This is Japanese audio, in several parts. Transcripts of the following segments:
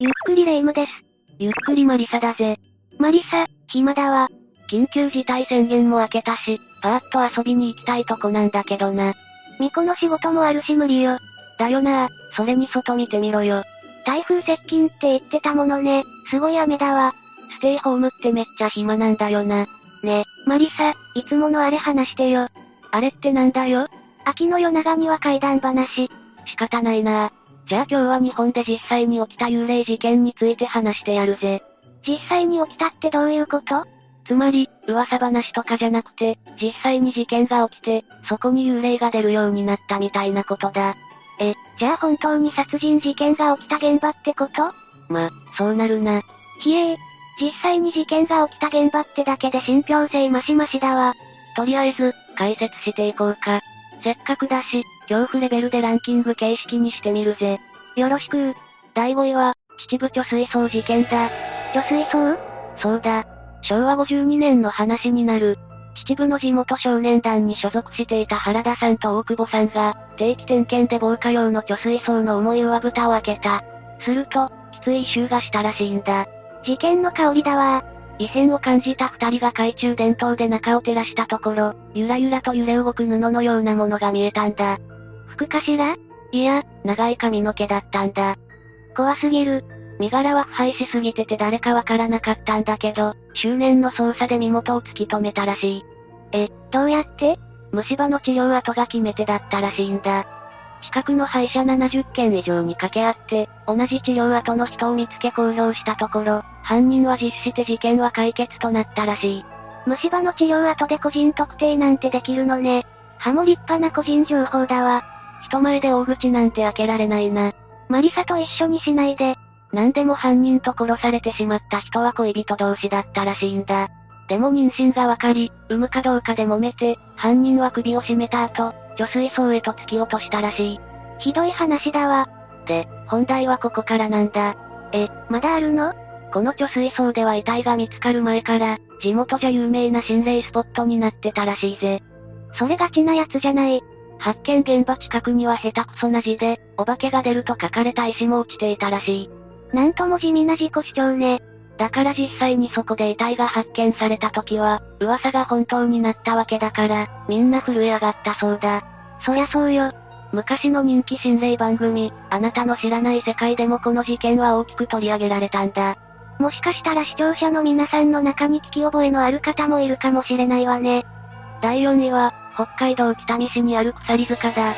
ゆっくりレ夢ムです。ゆっくりマリサだぜ。マリサ、暇だわ。緊急事態宣言も明けたし、パーッと遊びに行きたいとこなんだけどな。巫女の仕事もあるし無理よ。だよなあ、それに外見てみろよ。台風接近って言ってたものね。すごい雨だわ。ステイホームってめっちゃ暇なんだよな。ね、マリサ、いつものあれ話してよ。あれってなんだよ秋の夜長には怪談話。仕方ないなあ。じゃあ今日は日本で実際に起きた幽霊事件について話してやるぜ。実際に起きたってどういうことつまり、噂話とかじゃなくて、実際に事件が起きて、そこに幽霊が出るようになったみたいなことだ。え、じゃあ本当に殺人事件が起きた現場ってことま、そうなるな。ひえー、実際に事件が起きた現場ってだけで信憑性マシマシだわ。とりあえず、解説していこうか。せっかくだし、恐怖レベルでランキング形式にしてみるぜ。よろしく第5位は、秩父貯水槽事件だ。貯水槽そうだ。昭和52年の話になる。秩父の地元少年団に所属していた原田さんと大久保さんが、定期点検で防火用の貯水槽の重い上蓋を開けた。すると、きつい異臭がしたらしいんだ。事件の香りだわ異変を感じた二人が懐中電灯で中を照らしたところ、ゆらゆらと揺れ動く布のようなものが見えたんだ。服かしらいや、長い髪の毛だったんだ。怖すぎる。身柄は腐敗しすぎてて誰かわからなかったんだけど、執念の捜査で身元を突き止めたらしい。え、どうやって虫歯の治療跡が決め手だったらしいんだ。近くの歯医者70件以上に掛け合って、同じ治療跡の人を見つけ公表したところ、犯人は実施して事件は解決となったらしい。虫歯の治療跡で個人特定なんてできるのね。歯も立派な個人情報だわ。人前で大口なんて開けられないな。マリサと一緒にしないで。何でも犯人と殺されてしまった人は恋人同士だったらしいんだ。でも妊娠がわかり、産むかどうかで揉めて、犯人は首を絞めた後、貯水槽へと突き落としたらしい。ひどい話だわ。で、本題はここからなんだ。え、まだあるのこの貯水槽では遺体が見つかる前から、地元じゃ有名な心霊スポットになってたらしいぜ。それがちなやつじゃない。発見現場近くには下手くそな字で、お化けが出ると書かれた石も落ちていたらしい。なんとも地味な自己主張ね。だから実際にそこで遺体が発見された時は、噂が本当になったわけだから、みんな震え上がったそうだ。そりゃそうよ。昔の人気心霊番組、あなたの知らない世界でもこの事件は大きく取り上げられたんだ。もしかしたら視聴者の皆さんの中に聞き覚えのある方もいるかもしれないわね。第4位は、北海道北見市にある鎖塚だ。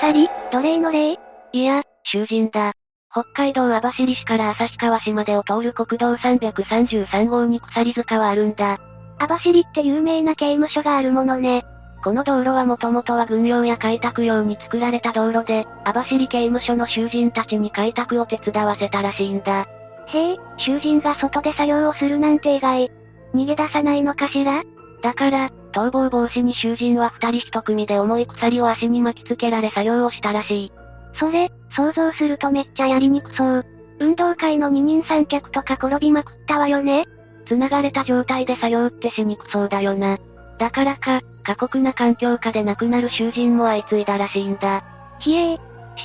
鎖奴隷の霊いや、囚人だ。北海道網走市から旭川市までを通る国道333号に鎖塚はあるんだ。網走って有名な刑務所があるものね。この道路はもともとは軍用や開拓用に作られた道路で、網走刑務所の囚人たちに開拓を手伝わせたらしいんだ。へえ、囚人が外で作業をするなんて意外。逃げ出さないのかしらだから、逃亡防止に囚人は二人一組で重い鎖を足に巻きつけられ作業をしたらしい。それ、想像するとめっちゃやりにくそう。運動会の二人三脚とか転びまくったわよね。繋がれた状態で作業ってしにくそうだよな。だからか、過酷な環境下で亡くなる囚人も相次いだらしいんだ。ひえー、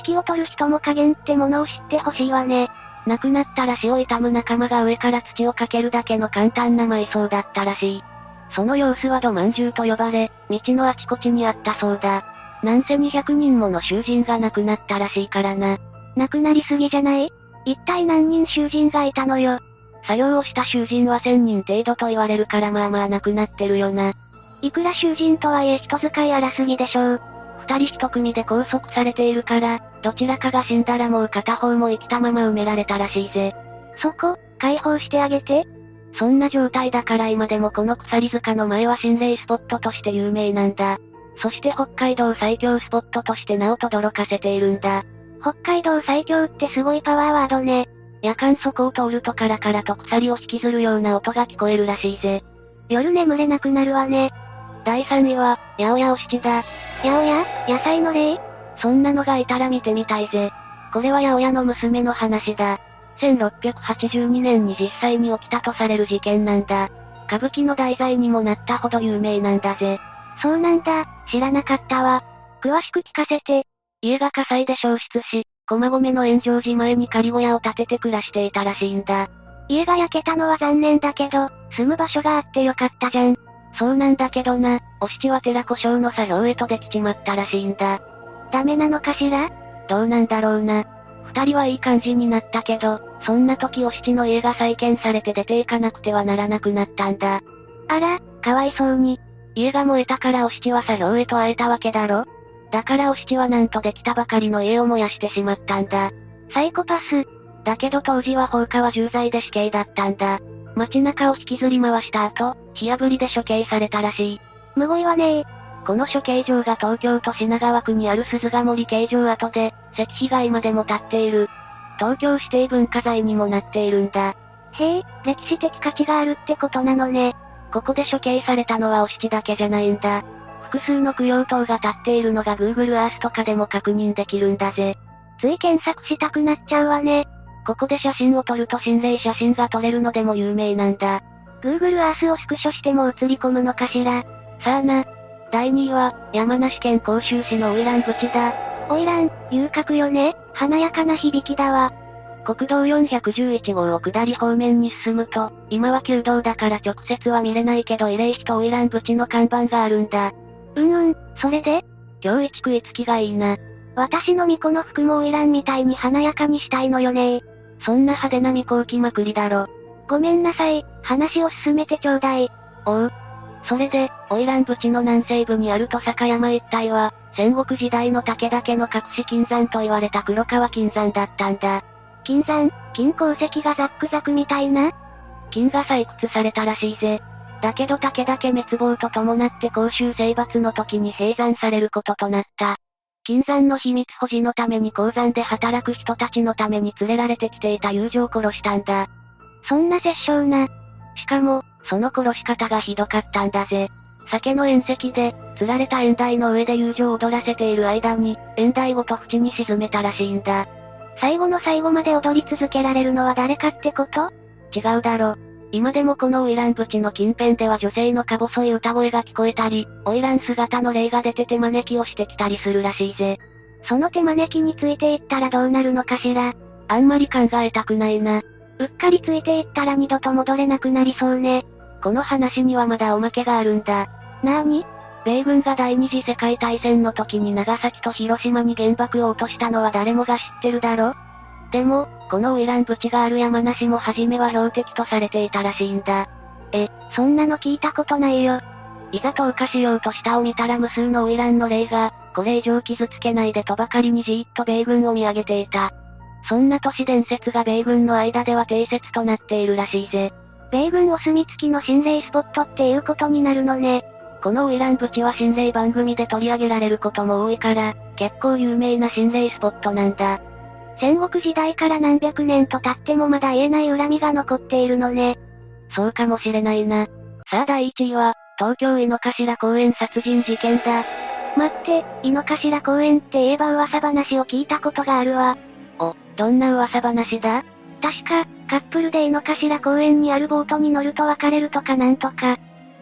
指揮を取る人も加減ってものを知ってほしいわね。亡くなったら死を悼む仲間が上から土をかけるだけの簡単な埋葬だったらしい。その様子は土饅頭と呼ばれ、道のあちこちにあったそうだ。なんせ200人もの囚人が亡くなったらしいからな。亡くなりすぎじゃない一体何人囚人がいたのよ。作業をした囚人は1000人程度と言われるからまあまあ亡くなってるよな。いくら囚人とはいえ人使い荒すぎでしょう。二人一組で拘束されているから、どちらかが死んだらもう片方も生きたまま埋められたらしいぜ。そこ、解放してあげて。そんな状態だから今でもこの鎖塚の前は心霊スポットとして有名なんだ。そして北海道最強スポットとして名を轟かせているんだ。北海道最強ってすごいパワーワードね。夜間そこを通るとカラカラと鎖を引きずるような音が聞こえるらしいぜ。夜眠れなくなるわね。第3位は、八百屋お七だ。八百屋野菜の霊そんなのがいたら見てみたいぜ。これは八百屋の娘の話だ。1682年に実際に起きたとされる事件なんだ。歌舞伎の題材にもなったほど有名なんだぜ。そうなんだ、知らなかったわ。詳しく聞かせて。家が火災で焼失し、駒込の炎上寺前に仮小屋を建てて暮らしていたらしいんだ。家が焼けたのは残念だけど、住む場所があってよかったじゃん。そうなんだけどな、お七は寺故障の作業へとできちまったらしいんだ。ダメなのかしらどうなんだろうな。二人はいい感じになったけど、そんな時お七の家が再建されて出ていかなくてはならなくなったんだ。あら、かわいそうに。家が燃えたからお七は作業へと会えたわけだろだからお七はなんとできたばかりの家を燃やしてしまったんだ。サイコパス。だけど当時は放火は重罪で死刑だったんだ。街中を引きずり回した後、火炙りで処刑されたらしい。むごいわねこの処刑場が東京都品川区にある鈴ヶ森刑場跡で、石碑が今でも建っている。東京指定文化財にもなっているんだ。へえ、歴史的価値があるってことなのね。ここで処刑されたのはお七だけじゃないんだ。複数の供養塔が建っているのが Google Earth とかでも確認できるんだぜ。つい検索したくなっちゃうわね。ここで写真を撮ると心霊写真が撮れるのでも有名なんだ。 Google Earth をスクショしても映り込むのかしら。さあな。第2位は、山梨県甲州市の花魁口だ。花魁、遊郭よね。華やかな響きだわ。国道411号を下り方面に進むと、今は旧道だから直接は見れないけど慰霊碑と花魁淵の看板があるんだ。うんうん、それで今日一食いつきがいいな。私の巫女の服も花魁みたいに華やかにしたいのよねそんな派手な未行きまくりだろ。ごめんなさい、話を進めてちょうだい。おう。それで、花魁淵の南西部にある戸坂山一帯は、戦国時代の武田家の隠し金山と言われた黒川金山だったんだ。金山、金鉱石がザックザクみたいな金が採掘されたらしいぜ。だけど武田家滅亡と伴って公衆征伐の時に閉山されることとなった。金山の秘密保持のために鉱山で働く人たちのために連れられてきていた友情を殺したんだ。そんな殺傷な。しかも、その殺し方がひどかったんだぜ。酒の宴席で、釣られた縁台の上で友情を踊らせている間に、縁台ごと淵に沈めたらしいんだ。最後の最後まで踊り続けられるのは誰かってこと違うだろ。今でもこのオイラン淵の近辺では女性のか細い歌声が聞こえたり、オイラン姿の霊が出て手招きをしてきたりするらしいぜ。その手招きについていったらどうなるのかしら。あんまり考えたくないな。うっかりついていったら二度と戻れなくなりそうね。この話にはまだおまけがあるんだ。なーに米軍が第二次世界大戦の時に長崎と広島に原爆を落としたのは誰もが知ってるだろでも、このオイラン淵がある山梨も初めは標的とされていたらしいんだ。え、そんなの聞いたことないよ。いざ投下しようと下を見たら無数のオイランの霊が、これ以上傷つけないでとばかりにじーっと米軍を見上げていた。そんな都市伝説が米軍の間では定説となっているらしいぜ。米軍お墨付きの心霊スポットっていうことになるのね。このオイラン淵は心霊番組で取り上げられることも多いから、結構有名な心霊スポットなんだ。戦国時代から何百年と経ってもまだ言えない恨みが残っているのね。そうかもしれないな。さあ第1位は、東京井の頭公園殺人事件だ。待って、井の頭公園って言えば噂話を聞いたことがあるわ。お、どんな噂話だ確か、カップルで井の頭公園にあるボートに乗ると別れるとかなんとか。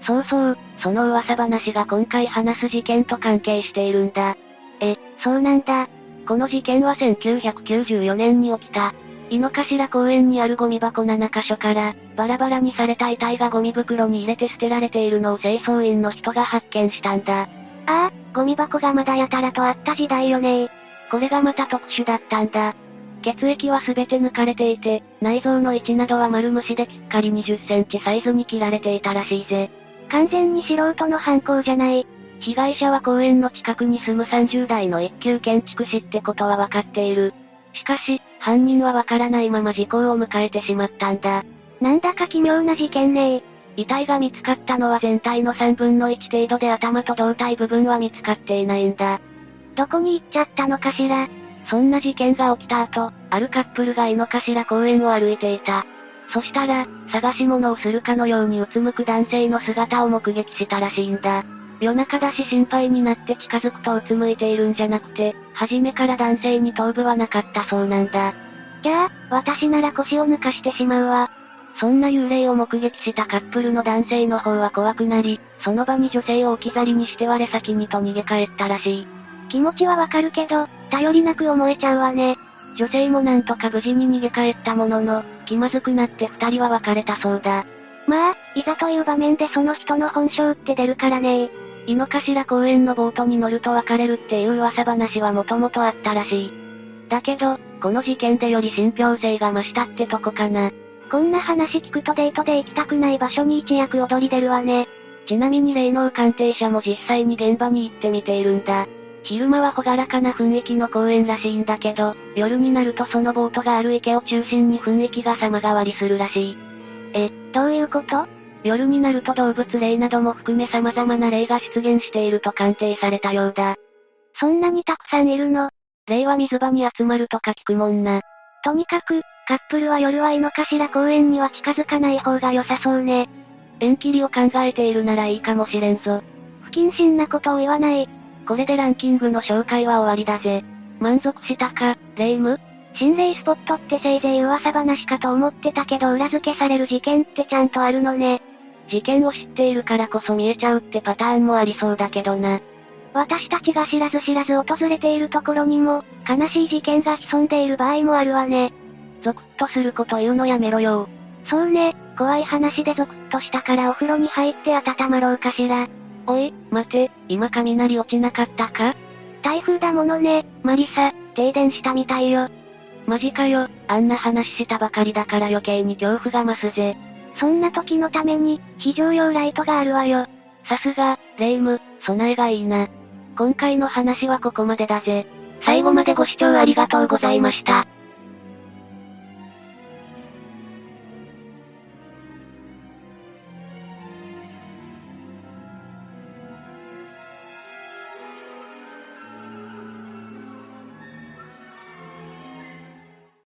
そうそう、その噂話が今回話す事件と関係しているんだ。え、そうなんだ。この事件は1994年に起きた。井の頭公園にあるゴミ箱7カ所から、バラバラにされた遺体がゴミ袋に入れて捨てられているのを清掃員の人が発見したんだ。ああ、ゴミ箱がまだやたらとあった時代よねこれがまた特殊だったんだ。血液は全て抜かれていて、内臓の位置などは丸虫できっかり20センチサイズに切られていたらしいぜ。完全に素人の犯行じゃない。被害者は公園の近くに住む30代の一級建築士ってことは分かっている。しかし、犯人は分からないまま時効を迎えてしまったんだ。なんだか奇妙な事件ね遺体が見つかったのは全体の3分の1程度で頭と胴体部分は見つかっていないんだ。どこに行っちゃったのかしらそんな事件が起きた後、あるカップルが井の頭公園を歩いていた。そしたら、探し物をするかのようにうつむく男性の姿を目撃したらしいんだ。夜中だし心配になって近づくとうつむいているんじゃなくて、初めから男性に頭部はなかったそうなんだ。じゃあ、私なら腰を抜かしてしまうわ。そんな幽霊を目撃したカップルの男性の方は怖くなり、その場に女性を置き去りにして我先にと逃げ帰ったらしい。気持ちはわかるけど、頼りなく思えちゃうわね。女性もなんとか無事に逃げ帰ったものの、気まずくなって二人は別れたそうだ。まあ、いざという場面でその人の本性って出るからねー。井の頭公園のボートに乗ると別れるっていう噂話はもともとあったらしい。だけど、この事件でより信憑性が増したってとこかな。こんな話聞くとデートで行きたくない場所に一躍踊り出るわね。ちなみに霊能鑑定者も実際に現場に行ってみているんだ。昼間は朗らかな雰囲気の公園らしいんだけど、夜になるとそのボートがある池を中心に雰囲気が様変わりするらしい。え、どういうこと夜になると動物霊なども含め様々な霊が出現していると鑑定されたようだ。そんなにたくさんいるの霊は水場に集まるとか聞くもんな。とにかく、カップルは夜は井の頭公園には近づかない方が良さそうね。縁切りを考えているならいいかもしれんぞ。不謹慎なことを言わない。これでランキングの紹介は終わりだぜ。満足したか、霊夢心霊スポットってせいぜい噂話かと思ってたけど裏付けされる事件ってちゃんとあるのね。事件を知っているからこそ見えちゃうってパターンもありそうだけどな。私たちが知らず知らず訪れているところにも、悲しい事件が潜んでいる場合もあるわね。ゾクッとすること言うのやめろよ。そうね、怖い話でゾクッとしたからお風呂に入って温まろうかしら。おい、待て、今雷落ちなかったか台風だものね、マリサ、停電したみたいよ。マジかよ、あんな話したばかりだから余計に恐怖が増すぜ。そんな時のために、非常用ライトがあるわよ。さすが、霊夢、備えがいいな。今回の話はここまでだぜ。最後までご視聴ありがとうございました。